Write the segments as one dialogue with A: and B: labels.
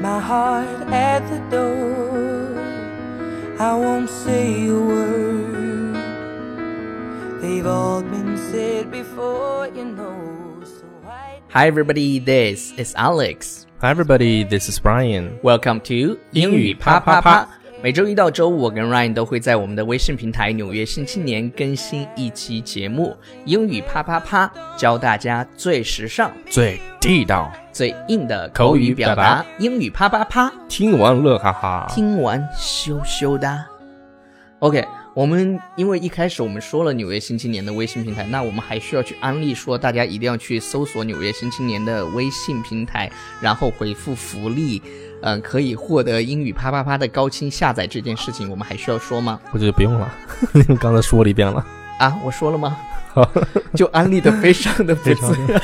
A: my heart at the door. I won't say a word. They've all been said before, you know. So why?
B: Hi, everybody. This is Alex.
C: Hi everybody, this is Brian.
B: Welcome to 英语啪啪啪。每周一到周五，我跟 Ryan 都会在我们的微信平台《纽约新青年》更新一期节目《英语啪啪啪》，教大家最时尚、
C: 最地道，
B: 最硬的口语表达。英语啪啪啪，
C: 听完乐哈哈。
B: 听完羞羞哒。OK，我们因为一开始我们说了《纽约新青年》的微信平台，那我们还需要去安利说，大家一定要去搜索《纽约新青年》的微信平台，然后回复福利，嗯、可以获得英语啪啪啪的高清下载这件事情，我们还需要说吗？
C: 我觉得不用了， 你们刚才说了一遍了。
B: 啊，我说了吗？
C: 好，
B: 就安利的 非常的不自然。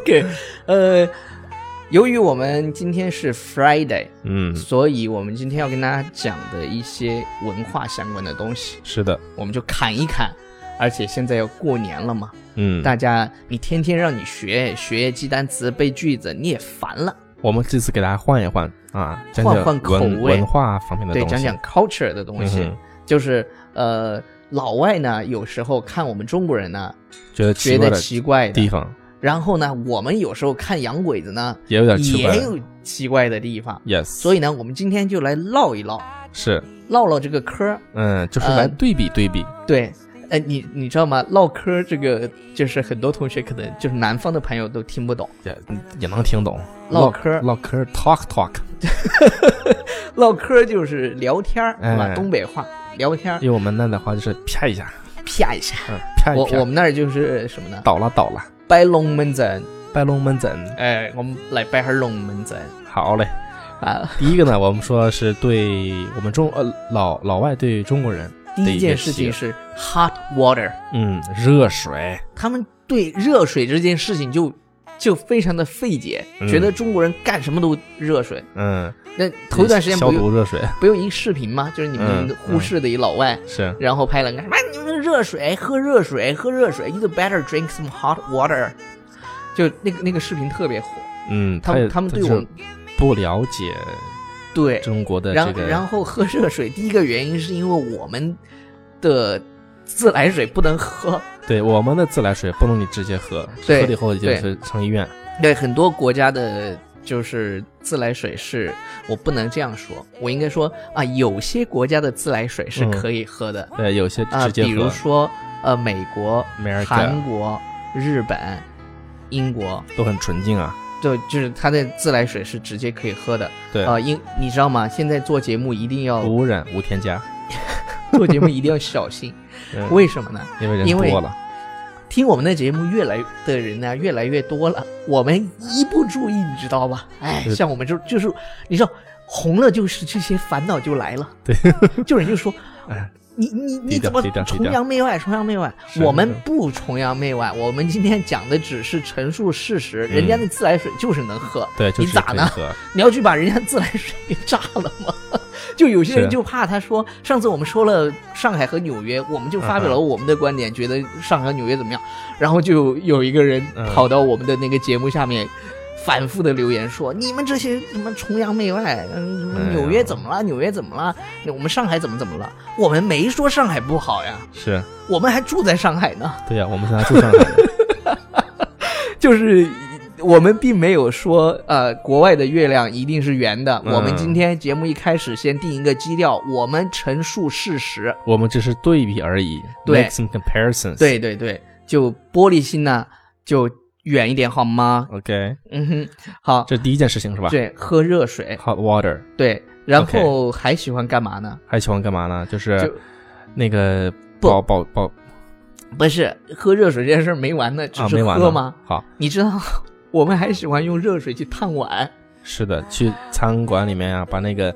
B: OK，呃， 由于我们今天是 Friday，
C: 嗯，
B: 所以我们今天要跟大家讲的一些文化相关的东西，
C: 是的，
B: 我们就砍一砍。而且现在要过年了嘛，
C: 嗯，
B: 大家你天天让你学学记单词、背句子，你也烦了。
C: 我们这次给大家换一换啊，讲讲
B: 换换口
C: 文
B: 味
C: 文化方面的
B: 对，
C: 东
B: 讲
C: 西。
B: 讲 culture 的东西，
C: 嗯哼
B: 就是呃，老外呢有时候看我们中国人呢
C: 觉得
B: 觉
C: 奇怪
B: 得
C: 的
B: 奇怪
C: 地
B: 的，
C: 方
B: 然后呢，我们有时候看洋鬼子呢
C: 也有点奇怪
B: 也。有奇怪的地方。
C: Yes，
B: 所以呢，我们今天就来唠一唠，
C: 是
B: 唠唠这个嗑儿。
C: 嗯，就是
B: 呃
C: 来对比对比。
B: 对，呃，你你知道吗？唠嗑儿这个就是很多同学可能就是南方的朋友都听不懂。
C: 也也能听懂，
B: 唠嗑儿
C: 唠嗑儿，talk talk，
B: 唠嗑儿就是聊天儿，
C: 哎
B: 是吧？东北话聊天儿，
C: 用我们那的话就是啪一下，
B: 啪一下。
C: 嗯，啪一
B: 我我
C: 下，
B: 们那儿就是什么呢？
C: 倒了倒了，
B: 掰龙门阵，
C: 掰龙门阵，
B: 哎，我们来掰下龙门阵
C: 好嘞。
B: 啊。
C: 第一个呢，我们说是对我们中呃老老外对中国人，
B: 第一件事情是 hot water，
C: 嗯，热水，
B: 他们对热水这件事情就就非常的费解，
C: 嗯
B: 觉得中国人干什么都热水。
C: 嗯，
B: 那头一段时间
C: 消
B: 不
C: 毒
B: 有
C: 热水
B: 不有一个视频吗？就是你们
C: 嗯
B: 忽视的一老外，
C: 是，
B: 然后拍了个什么？你们热水，喝热水，喝热水，You better drink some hot water。就那个那个视频特别火，
C: 嗯，
B: 他
C: 也
B: 们他们对我
C: 就
B: 们
C: 是不了解
B: 对，
C: 中国的
B: 然
C: 这
B: 后
C: 个，
B: 然后喝热水，第一个原因是因为我们的自来水不能喝，
C: 对我们的自来水不能你直接喝，喝
B: 对
C: 了以后就
B: 对
C: 是上医院，
B: 对很多国家的。就是自来水是，我不能这样说，我应该说啊，有些国家的自来水是
C: 嗯
B: 可以喝的，
C: 对，有些
B: 啊，
C: 直接
B: 比如
C: 喝，
B: 说呃，美国、
C: America
B: 韩国、日本、英国，
C: 都很纯净啊，
B: 就就是它的自来水是直接可以喝的。
C: 对，哦
B: 啊，英你知道吗？现在做节目一定要
C: 无污染无添加，
B: 做节目一定要小 心，
C: 嗯
B: 为什么呢？
C: 因为人
B: 因为
C: 多了，
B: 听我们的节目越来的人呢、越来越多了，我们一不注意，你知道吧？哎，
C: 是
B: 像我们就就是，你知道红了就是这些烦恼就来了，对， 就人就说，
C: 哎，
B: 你你你
C: 低调
B: 怎么
C: 低调低
B: 崇
C: 调
B: 洋媚外？崇洋媚外，
C: 是
B: 我们
C: 是
B: 不崇洋媚外，我们今天讲的只是陈述事实，人家那自来水就是能喝，
C: 嗯对，就
B: 你
C: 是
B: 咋
C: 可以
B: 呢？
C: 喝？
B: 你要去把人家自来水给炸了吗？ 就有些人
C: 是
B: 就怕他说，上次我们说了上海和纽约，我们就发表了我们的观点，觉得上海和纽约怎么样，然后就有一个人
C: 嗯
B: 跑到我们的那个节目下面。反复的留言说：“你们这些什么崇洋媚外，嗯，什么
C: 哎呀
B: 纽约怎么了？纽约怎么了？我们上海怎么怎么了？我们没说上海不好呀，
C: 是
B: 我们还住在上海呢。
C: 对呀，我们现在住上海了，
B: 就是呃我们并没有说，呃，国外的月亮一定是圆的。
C: 嗯
B: 我们今天节目一开始先定一个基调，我们陈述事实。
C: 我们只是对比而已
B: 对
C: ，make some comparisons，
B: 对对对，就玻璃心呢，就远一点好吗？
C: ，OK，
B: 嗯哼，好，
C: 这是第一件事情是吧？
B: 对，喝热水，
C: ，hot water，
B: 对，然后还喜欢干嘛呢？
C: 还喜欢干嘛呢？就是
B: 就
C: 那个
B: 不
C: 保保保
B: 不是喝热水这件事儿没完呢，只
C: 啊，
B: 是
C: 没完
B: 喝
C: 了
B: 吗？？
C: 好，
B: 你知道， 我们还喜欢用热水去烫碗、
C: 是的，去餐馆里面啊，把那个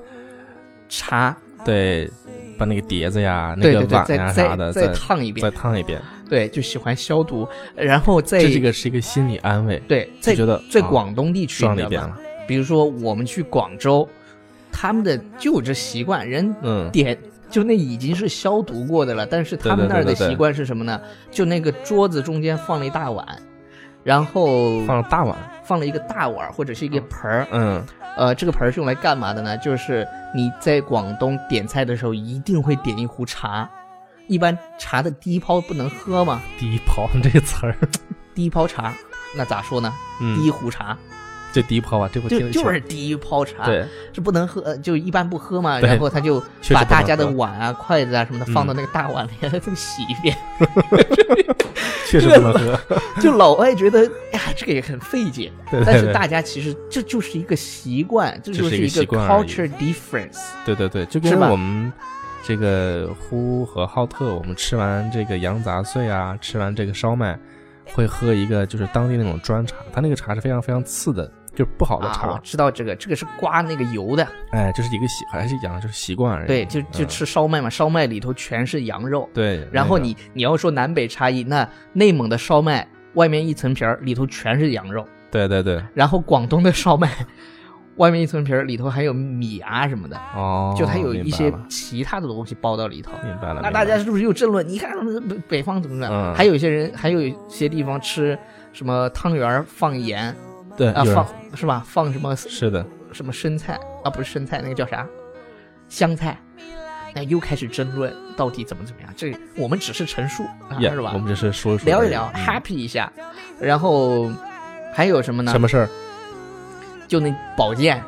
B: 茶，
C: 对，把那个碟子呀、那
B: 对
C: 个
B: 对对，
C: 碗呀
B: 再
C: 啥的
B: 再
C: 再
B: 烫一遍
C: 再，烫一遍，
B: 对，就喜欢消毒，然后在
C: 这这个是一个心理安慰，
B: 对在
C: 就觉得
B: 在
C: 啊
B: 广东地区
C: 爽
B: 你
C: 了一
B: 知
C: 遍
B: 道吗
C: 了，
B: 比如说我们去广州，他们的就有这习惯，人
C: 嗯，
B: 点就那已经是消毒过的了，但是他
C: 对
B: 们
C: 对
B: 那儿的
C: 对对对
B: 习惯是什么呢？就那个桌子中间放了一大碗，然后
C: 放了大碗，
B: 放了一个大碗儿或者是一个盆儿，
C: 嗯，
B: 呃，这个盆儿是用来干嘛的呢？就是你在广东点菜的时候一定会点一壶茶，一般茶的第一泡不能喝嘛，
C: 第一泡这个词儿，
B: 第一泡茶，那咋说呢？第
C: 嗯
B: 一，壶茶，
C: 就第一泡吧，啊这我听
B: 就
C: 得清
B: 就是啊第一泡茶，
C: 对，
B: 是不能喝，呃就一般不喝嘛。
C: 对
B: 然后他就
C: 确实
B: 把
C: 不能
B: 大家的
C: 喝
B: 碗啊、筷子啊什么的放到那个 大碗里， 再、洗一遍。
C: 确实不能喝，
B: 就老外觉得哎呀，这个也很费解，
C: 对
B: 但
C: 对
B: 是
C: 对
B: 大家其实这就是一个习惯，这
C: 这
B: 就是
C: 一个
B: 一个
C: 习惯而已
B: culture difference。
C: 对对对，就
B: 吃
C: 跟
B: 吧
C: 我们这个呼和浩特，我们吃完这个羊杂碎啊，吃完这个烧麦，会喝一个就是当地那种砖茶，它那个茶是非常非常次的，就是不好的茶，
B: 啊，我知道这个，这个是刮那个油的，
C: 哎，就是一个习还是讲就是习惯而已，
B: 对，就就
C: 嗯哎
B: 吃烧麦嘛，烧麦里头全是羊肉。
C: 对，
B: 然后
C: 那个
B: 你你要说南北差异，那内蒙的烧麦外面一层皮儿，里头全是羊肉；
C: 对对对，
B: 然后广东的烧麦外面一层皮儿，里头还有米啊什么的，
C: 哦，
B: 就它有一些
C: 明白了
B: 其他的东西包到里头。
C: 明白了，
B: 那
C: 明白
B: 大家
C: 了
B: 是不是又争论？你看北北方怎么怎么样？
C: 嗯
B: 还有一些人，还有一些地方吃什么汤圆儿放盐
C: 对
B: 啊，
C: 有人
B: 放是吧？放什么
C: 是的，
B: 什么生菜啊，不是生菜，那个叫啥？香菜。那又开始争论到底怎么怎么样？这我们只是陈述啊
C: 也
B: 是吧
C: 我？们只是说说
B: 聊
C: 而
B: 一
C: 已
B: 聊、
C: 嗯
B: h a p p y 一下，然后还有什么呢？
C: 什么事儿？
B: 就那保健，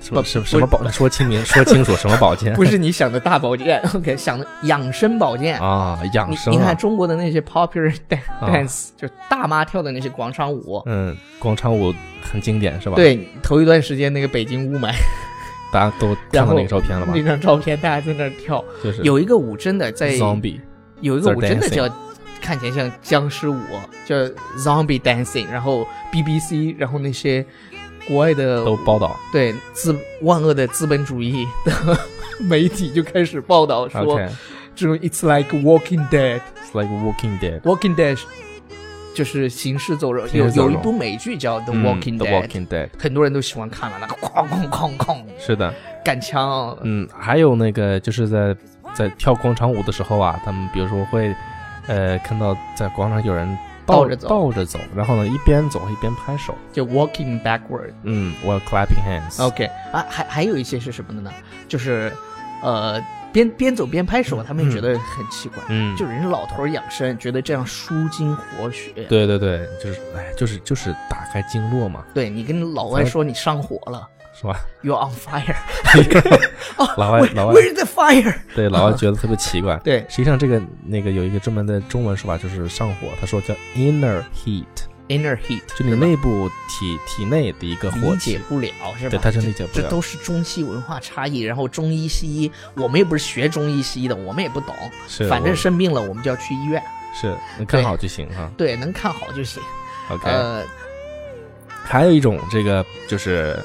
C: 什么
B: 不
C: 什么
B: 不
C: 什么保？说 清明，说清楚什么保健
B: 不是你想的大保健 ，OK，想的养生保健。
C: 啊？养
B: 你
C: 生
B: 你
C: 啊
B: 看，中国的那些 popular
C: 啊
B: dance，、就是大妈跳的那些广场舞。
C: 嗯，广场舞很经典是吧？，
B: 对，头一段时间那个北京雾霾
C: 大家都看到那个照片了吧？
B: 那张照片，大家在那儿跳，
C: 就是
B: 有一个舞真的在
C: zombie，
B: 有一个舞
C: They're
B: 真的
C: dancing
B: 叫看起来像僵尸舞，叫 zombie dancing，然后 BBC，然后那些国外的
C: 都报道。
B: 对资万恶的资本主义的 媒体就开始报道说
C: OK，
B: 这种 it's like Walking Dead，Walking
C: it's like Walking Dead。
B: Dead 就是行尸走肉，
C: 行
B: 有
C: 尸走
B: 有
C: 肉
B: 一部美剧叫 The
C: 嗯
B: Walking
C: The
B: Dead，、
C: Walking Dead。
B: 很多人都喜欢看了，那哐哐哐哐
C: 是的，
B: 干枪，
C: 嗯，还有那个就是在在跳广场舞的时候啊，他们比如说会，呃，看到在广场有人
B: 倒着走
C: 倒着走，然后呢一边走一边拍手，
B: 就 Walking Backward。
C: 嗯，我 clapping hands。
B: OK 啊，还还有一些是什么的呢？就是，呃，边边走边拍手，他们也觉得很奇怪，
C: 嗯，
B: 就人家老头儿养生，觉得这样舒筋活血。对，
C: 对对对，就是哎，就是就是打开经络嘛，
B: 你跟老外说你上火了
C: 是吧？
B: ，You're on fire，
C: 哎
B: 哦
C: 老外老外
B: Where- Where's the fire？
C: 对老外觉得特别奇怪。
B: 对
C: 实际上这个那个有一个专门的中文说法，就是上火，他说叫 inner heat，
B: ，Inner heat，
C: 就你
B: 是吧
C: 内部体体内的一个火
B: 理解
C: 气。
B: 不了是吧？
C: 对啊他真理解不
B: 这
C: 了
B: 都是中西文化差异，然后中医西医，我们又不是学中医西医的，我们也不懂，
C: 是，
B: 反正
C: 我
B: 生病了我们就要去医院，
C: 是你看好就行哈。
B: 对，能看好就行。
C: OK，
B: 呃，
C: 还有一种这个就是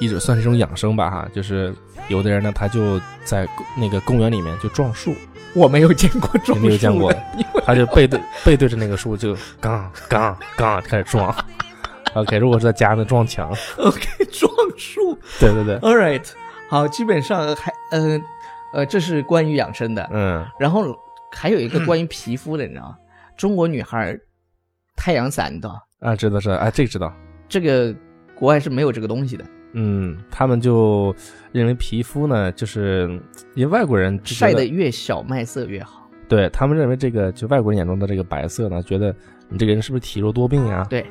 C: 一种算是一种养生吧哈，就是有的人呢他就在公那个公园里面就撞树，
B: 我没有见过这种
C: 你没有见过
B: 树的你
C: 他就背对背对着那个树就杠杠杠开 始撞。OK，如果是在家呢撞墙，
B: OK，撞树。
C: 对对对，
B: All right，好，基本上还呃呃，这是关于养生的，
C: 嗯，
B: 然后还有一个关于皮肤的，你知道吗？中国女孩儿太阳伞，你知道吗
C: 啊，知道知道，啊，这个知道，
B: 这个国外是没有这个东西的，
C: 嗯，他们就认为皮肤呢，就是因为外国人只觉
B: 晒
C: 得
B: 得越小麦色越好。
C: 对他们认为这个就外国人眼中的这个白色呢，觉得你这个人是不是体弱多病呀？
B: 对，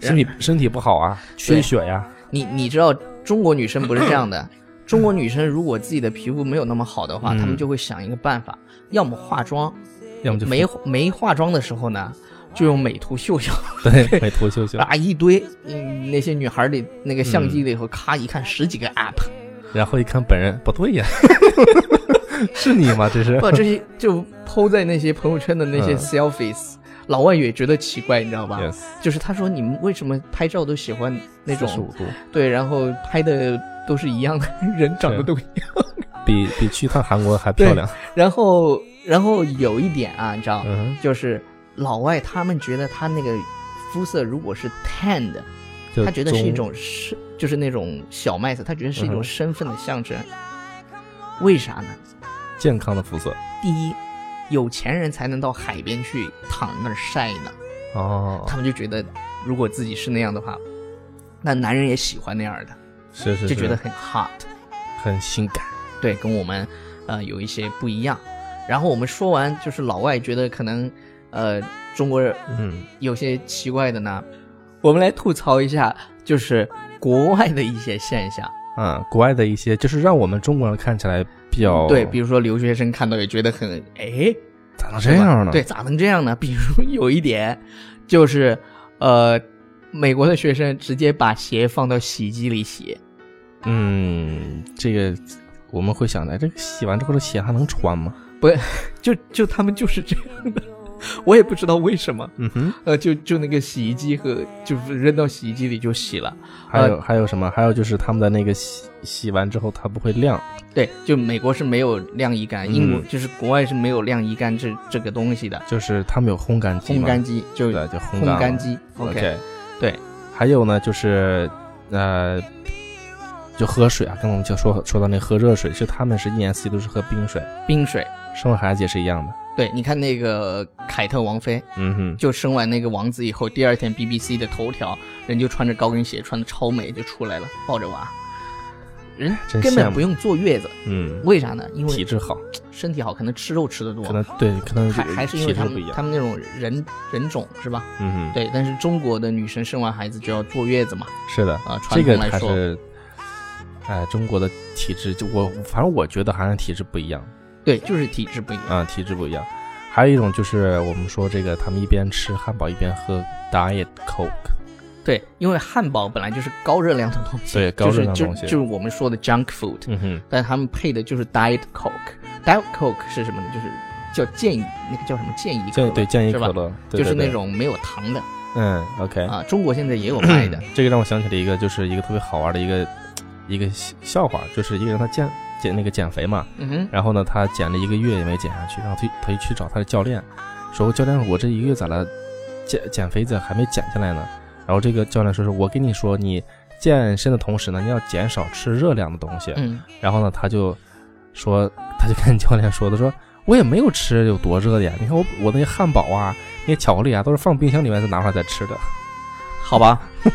C: 身体身体不好啊，缺血呀，
B: 你你知道中国女生不是这样 的。中国女生如果自己的皮肤没有那么好的话，
C: 嗯
B: 她们就会想一个办法，要么化妆，
C: 要么就
B: 没没化妆的时候呢，就用美图秀秀。
C: 对嗯美图秀秀，
B: 啊一堆，嗯，那些女孩儿里那个相机里头，咔一看十几个 app，
C: 然后一看本人不 对呀，是你吗？这是
B: 不，这些就抛在那些朋友圈的那些
C: 嗯
B: selfies，、老外也觉得奇怪，你知道吧
C: yes
B: 就是他说你们为什么拍照都喜欢那
C: 十五
B: 种
C: 度，
B: 对，然后拍的都是一样的人长得
C: 是
B: 都一样，
C: 比比去一趟韩国还漂亮。
B: 然后然后有一点啊，你知道，
C: 嗯哼，
B: 就是老外他们觉得他那个肤色如果是 tan 的，
C: 就
B: 他觉得是一
C: 中
B: 种身，就是那种小麦色，他觉得是一
C: 嗯
B: 种
C: 哼
B: 身份的象征。为啥呢？
C: 健康的肤色
B: 第一，有钱人才能到海边去躺那儿晒呢，
C: 哦
B: 他们就觉得如果自己是那样的话，那男人也喜欢那样的，
C: 是是
B: 就觉得
C: 是
B: 很 hot。
C: 很性感，
B: 对，跟我们呃有一些不一样。然后我们说完，就是老外觉得可能呃中国人
C: 嗯，
B: 有些奇怪的呢，我们来吐槽一下，就是国外的一些现象。
C: 啊，国外的一些就是让我们中国人看起来比较
B: 对，比如说留学生看到也觉得很哎
C: 咋能这样呢？
B: 对，，咋能这样呢？比如有一点就是呃，美国的学生直接把鞋放到洗衣机里洗，
C: 嗯，这个我们会想的，哎这个洗完之后的鞋还能穿吗？
B: 就就他们就是这样的， 我也不知道为什么。
C: 嗯哼，
B: 呃，就就那个洗衣机和就是扔到洗衣机里就洗了。
C: 还
B: 呃
C: 有、还有什么？还有就是他们的那个洗洗完之后它不会晾，
B: 对，就美国是没有晾衣杆，英国
C: 嗯
B: 就是国外是没有晾衣杆这这个东西的。
C: 就是他们有烘干机
B: 烘
C: 嘛，
B: 干机就
C: 对，就烘
B: 烘
C: 干
B: 干
C: 了
B: 机。
C: OK，
B: 对。
C: 还有呢，就是呃，就喝水啊，刚刚我们就说说到那喝热水，是他们是一年四季都是喝冰水，
B: 冰水。
C: 生完孩子也是一样的。
B: 对，你看那个凯特王妃，
C: 嗯哼，
B: 就生完那个王子以后，第二天 BBC 的头条，人就穿着高跟鞋，穿的超美就出来了，抱着娃，人
C: 真
B: 根
C: 羡
B: 本
C: 慕
B: 不用坐月子，
C: 嗯，
B: 为啥呢？因
C: 体
B: 为
C: 质好，
B: 身体好，可能吃肉吃的多，
C: 可能对，可能
B: 还还是因为
C: 体质
B: 他
C: 不一
B: 们他
C: 样。
B: 们那种人人种是吧？
C: 嗯哼，，
B: 对，但是中国的女生生完孩子就要坐月子嘛，
C: 是的，
B: 啊、
C: 这
B: 传统
C: 个
B: 来
C: 还
B: 说，
C: 是。哎，中国的体质就我，反正我觉得还是体质不一样
B: 对，就是体质不一样。
C: 啊、体质不一样。还有一种就是我们说这个，他们一边吃汉堡一边喝 diet coke，
B: 对，因为汉堡本来就是高热量的东西，
C: 对，高热量
B: 就是
C: 东
B: 就
C: 西。
B: 就是我们说的 junk food，、
C: 嗯哼，
B: 但他们配的就是 diet coke。diet coke 是什么呢？就是叫健怡，那个叫什么健怡可
C: 建
B: 乐，
C: 议对建议
B: 是吧
C: 可乐，对
B: 就是
C: 对
B: 那
C: 对
B: 种没有糖的
C: 嗯，OK，
B: 啊。中国现在也有卖 的
C: 这个让我想起了一个，就是一个特别好玩的一个一个笑笑话，就是一个人他减减那个减肥嘛，
B: 嗯哼，
C: 然后呢，他减了一个月也没减下去，然后他他就去找他的教练，说教练，我这一个月咋了减减肥咋还没减下来呢？然后这个教练说是我跟你说，你健身的同时呢，你要减少吃热量的东西。
B: 嗯，
C: 然后呢，他就说，他就跟教练说，他说我也没有吃有多热的呀，你看我我那些汉堡啊，那些巧克力啊，都是放冰箱里面再拿出来再吃的。
B: 好吧，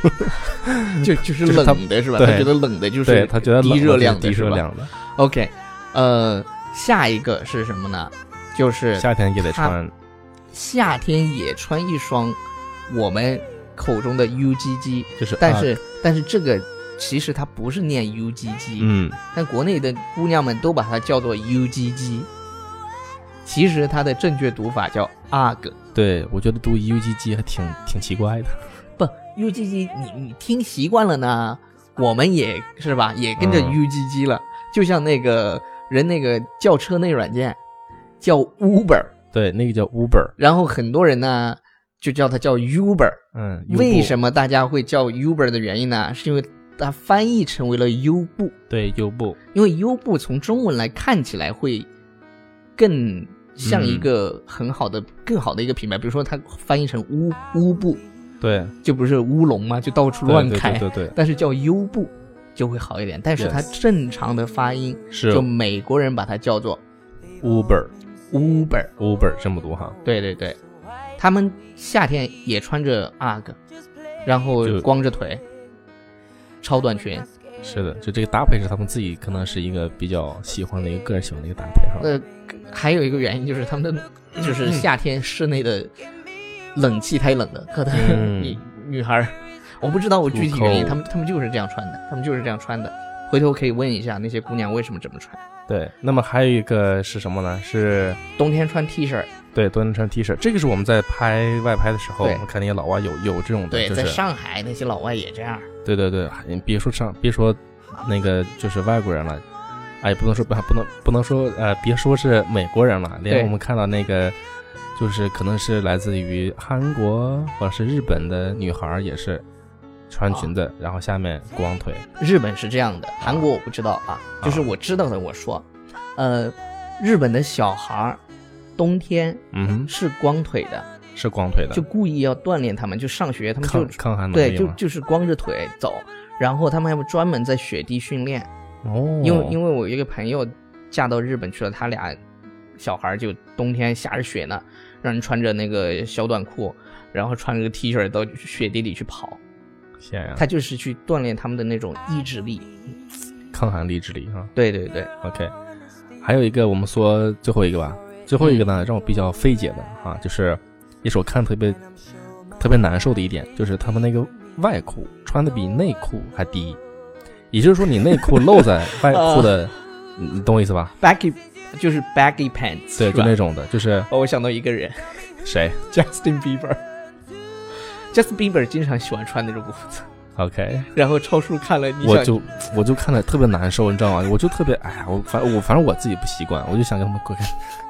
B: 就就是
C: 就是他
B: 冷的是吧？
C: 对
B: 他觉得冷的就
C: 对
B: 是
C: 他觉得
B: 低
C: 冷
B: 热
C: 了就是
B: 量的
C: 低
B: 是
C: 热
B: 吧
C: 量的，
B: OK，呃，下一个是什么呢？就是
C: 夏天也得
B: 他
C: 穿。
B: 夏天也穿一双我们口中的 UGG，
C: 就是
B: 但
C: 啊
B: 是、但是这个其实它不是念 UGG，、
C: 嗯，
B: 但国内的姑娘们都把它叫做 UGG，其实它的正确读法叫 UGG。
C: 对，我觉得读 U G G 还挺挺奇怪的。
B: 不 UGG，你你听习惯了呢，我们也是吧，也跟着
C: 嗯
B: UGG 了。就像那个人那个叫车那软件叫 Uber，
C: 对，那个叫 Uber，
B: 然后很多人呢就叫它叫 Uber。
C: 嗯，
B: 为
C: 么？
B: 什么大家会叫 Uber 的原因呢？是因为它翻译成为了优步，
C: 对，优步，
B: 因为优步从中文来看起来会更像一
C: 嗯
B: 个很好的、更好的一个品牌。比如说它翻译成乌乌布，
C: 对，
B: 就不是乌龙嘛，就到处
C: 对
B: 乱
C: 对
B: 开。
C: 对对 对，
B: 但是叫优步就会好一点。但是它
C: Yes
B: 正常的发音，
C: 是
B: 就美国人把它叫做
C: Uber，Uber
B: Uber。
C: 这么读哈，
B: 对对对，他们夏天也穿着 UGG，然后
C: 就
B: 光着腿，超短裙。
C: 是的，就这个搭配是他们自己可能是一个比较喜欢的一个个人喜欢的一个搭配哈。
B: 呃，还有一个原因就是他们的
C: 嗯
B: 就是夏天室内的冷气太冷了，可能
C: 嗯
B: 女女孩儿，我不知道我具体原因，
C: 出口
B: 他们他们就是这样穿的，他们就是这样穿的。回头可以问一下那些姑娘为什么这么穿，
C: 对，那么还有一个是什么呢？是
B: 冬天穿 T 恤儿，
C: 对，多人穿 T 恤，这个是我们在拍外拍的时候，
B: 对
C: 我们看那些老外有有这种的，
B: 对，
C: 就
B: 在
C: 是
B: 上海那些老外也这样，
C: 对对对，你别说上，别说那个就是外国人了，哎，不能说不不能不能说呃，别说是美国人了，
B: 对
C: 连我们看到那个就是可能是来自于韩国或者是日本的女孩儿也是穿裙子，然后下面光腿，
B: 日本是这样的，韩国我不知道啊，就是我知道的我说，呃，日本的小孩儿冬天
C: 嗯哼，
B: 是光腿的，
C: 是光腿的，
B: 就故意要锻炼他们，就上学他们就
C: 抗抗寒能
B: 对，
C: 力
B: 就
C: 吗？
B: 就是光着腿走，然后他们还会专门在雪地训练，
C: 哦，
B: 因为因为我有一个朋友嫁到日本去了，他俩小孩儿就冬天下着雪呢，让人穿着那个小短裤，然后穿个 T 恤到雪地里去跑，
C: 天呀，
B: 他就是去锻炼他们的那种意志力。
C: 抗寒励志力啊。
B: 对对对，
C: OK，还有一个我们说最后一个吧，最后一个
B: 嗯
C: 呢让我比较费解的啊，就是也是我看特别特别难受的一点，就是他们那个外裤穿的比内裤还低，也就是说你内裤露在外裤
B: 啊
C: 的，你你懂我意思吧？
B: baggy 就是 baggy pants，
C: 对，
B: 是
C: 就
B: 吧
C: 那种的，就是
B: 哦，我想到一个人
C: 谁
B: ，Justin Bieber。Justin Bieber 经常喜欢穿那种裤子，
C: ？OK，
B: 然后超叔看了，你
C: 我
B: 想
C: 就我就看的特别难受，你知道吗？我就特别哎呀，我反正我反正我自己不习惯，我就想给他们 滚，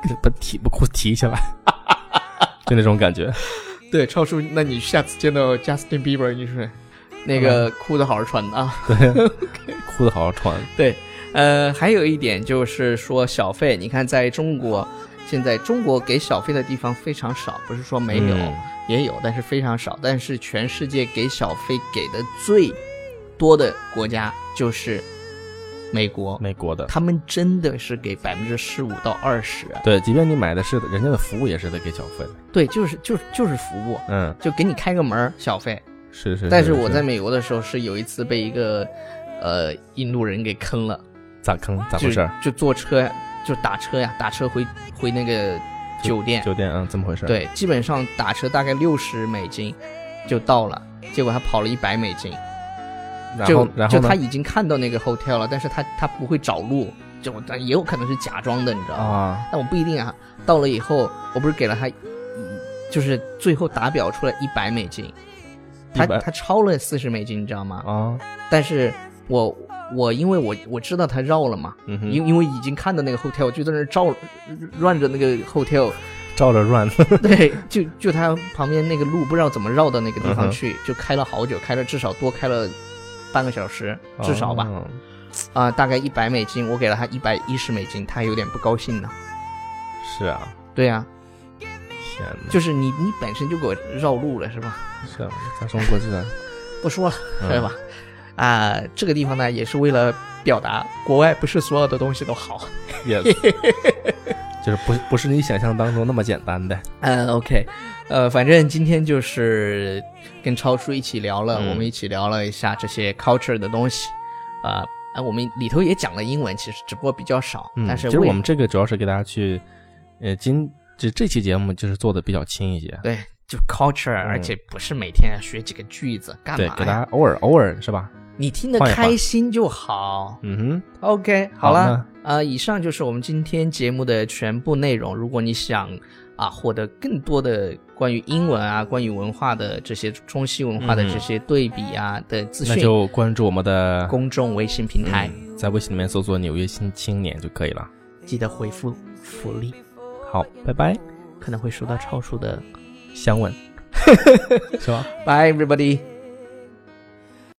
C: 给把提把裤子提 起来，就那种感觉。
B: 对超叔，那你下次见到 Justin Bieber，你说那个
C: 嗯
B: 裤子好好穿啊。
C: 裤子好好穿，
B: 对，呃，还有一点就是说小费，你看在中国，现在中国给小费的地方非常少，不是说没有，
C: 嗯
B: 也有，但是非常少。但是全世界给小费给的最多的国家就是美国，
C: 美国的。
B: 他们真的是给百分之十五到二十，
C: 对，即便你买的是人家的服务，也是得给小费的。
B: 对，就是就是就是服务，
C: 嗯，
B: 就给你开个门儿小费。
C: 是是。
B: 但是我在美国的时候是有一次被一个呃印度人给坑了。
C: 咋坑咋
B: 就
C: 回事儿？
B: 就坐车，就打车呀，打车回回那个酒店。
C: 酒店啊，怎么回事？，
B: 对，基本上打车大概六十美金就到了，结果他跑了一百美金，
C: 然
B: 就
C: 后然
B: 就
C: 后
B: 他
C: 呢？
B: 已经看到那个 hotel 了，但是他他不会找路，就但也有可能是假装的，你知道吗？
C: 啊，
B: 但我不一定啊。到了以后，我不是给了他，就是最后打表出来一百美金，他
C: 100
B: 他超了四十美金，你知道吗？
C: 啊，
B: 但是我我因为我我知道他绕了嘛，
C: 嗯哼，
B: 因因为已经看到那个 hotel，就在那儿照乱着那个 hotel，
C: 照着乱，
B: 对，就就他旁边那个路不知道怎么绕到那个地
C: 嗯
B: 方
C: 哼
B: 去，就开了好久，开了至少多开了半个小时，至少吧，
C: 哦
B: 啊、大概一百美金，我给了他一百一十美金，他还有点不高兴呢。
C: 是啊，
B: 对呀、
C: 天哪，
B: 就是你你本身就给我绕路了是吧？
C: 是啊，咱生活质 量，
B: 不说了，
C: 嗯
B: 对吧？？啊、这个地方呢也是为了表达国外不是所有的东西都好。
C: 也就是不不是你想象当中那么简单的。
B: 嗯，OK，呃，反正今天就是跟超叔一起聊了，
C: 嗯
B: 我们一起聊了一下这些 culture 的东西，啊、啊，我们里头也讲了英文，其实只不过比较少，
C: 嗯，
B: 但是
C: 其实
B: 为
C: 我们这个主要是给大家去，呃，今这这期节目就是做的比较轻一些，
B: 对就 culture，、而且不是每天学几个句子干
C: 嗯对，
B: 嘛
C: 给大
B: 呀？
C: 家偶尔偶尔是吧？
B: 你听得
C: 换一换
B: 开心就好。
C: 嗯
B: OK，
C: 好
B: 好了，呃，以上就是我们今天节目的全部内容。如果你想啊获得更多的关于英文啊、关于文化的这些中西文化的
C: 嗯
B: 这些对比啊、的资
C: 哼，那
B: 讯，
C: 就关注我们的
B: 公众微信平台，
C: 嗯在微信里面搜索“纽约新青年”就可以了。
B: 记得回复“福利
C: 好，拜拜，”，
B: 可能会收到超叔的。
C: 相吻，是吧？
B: Bye everybody。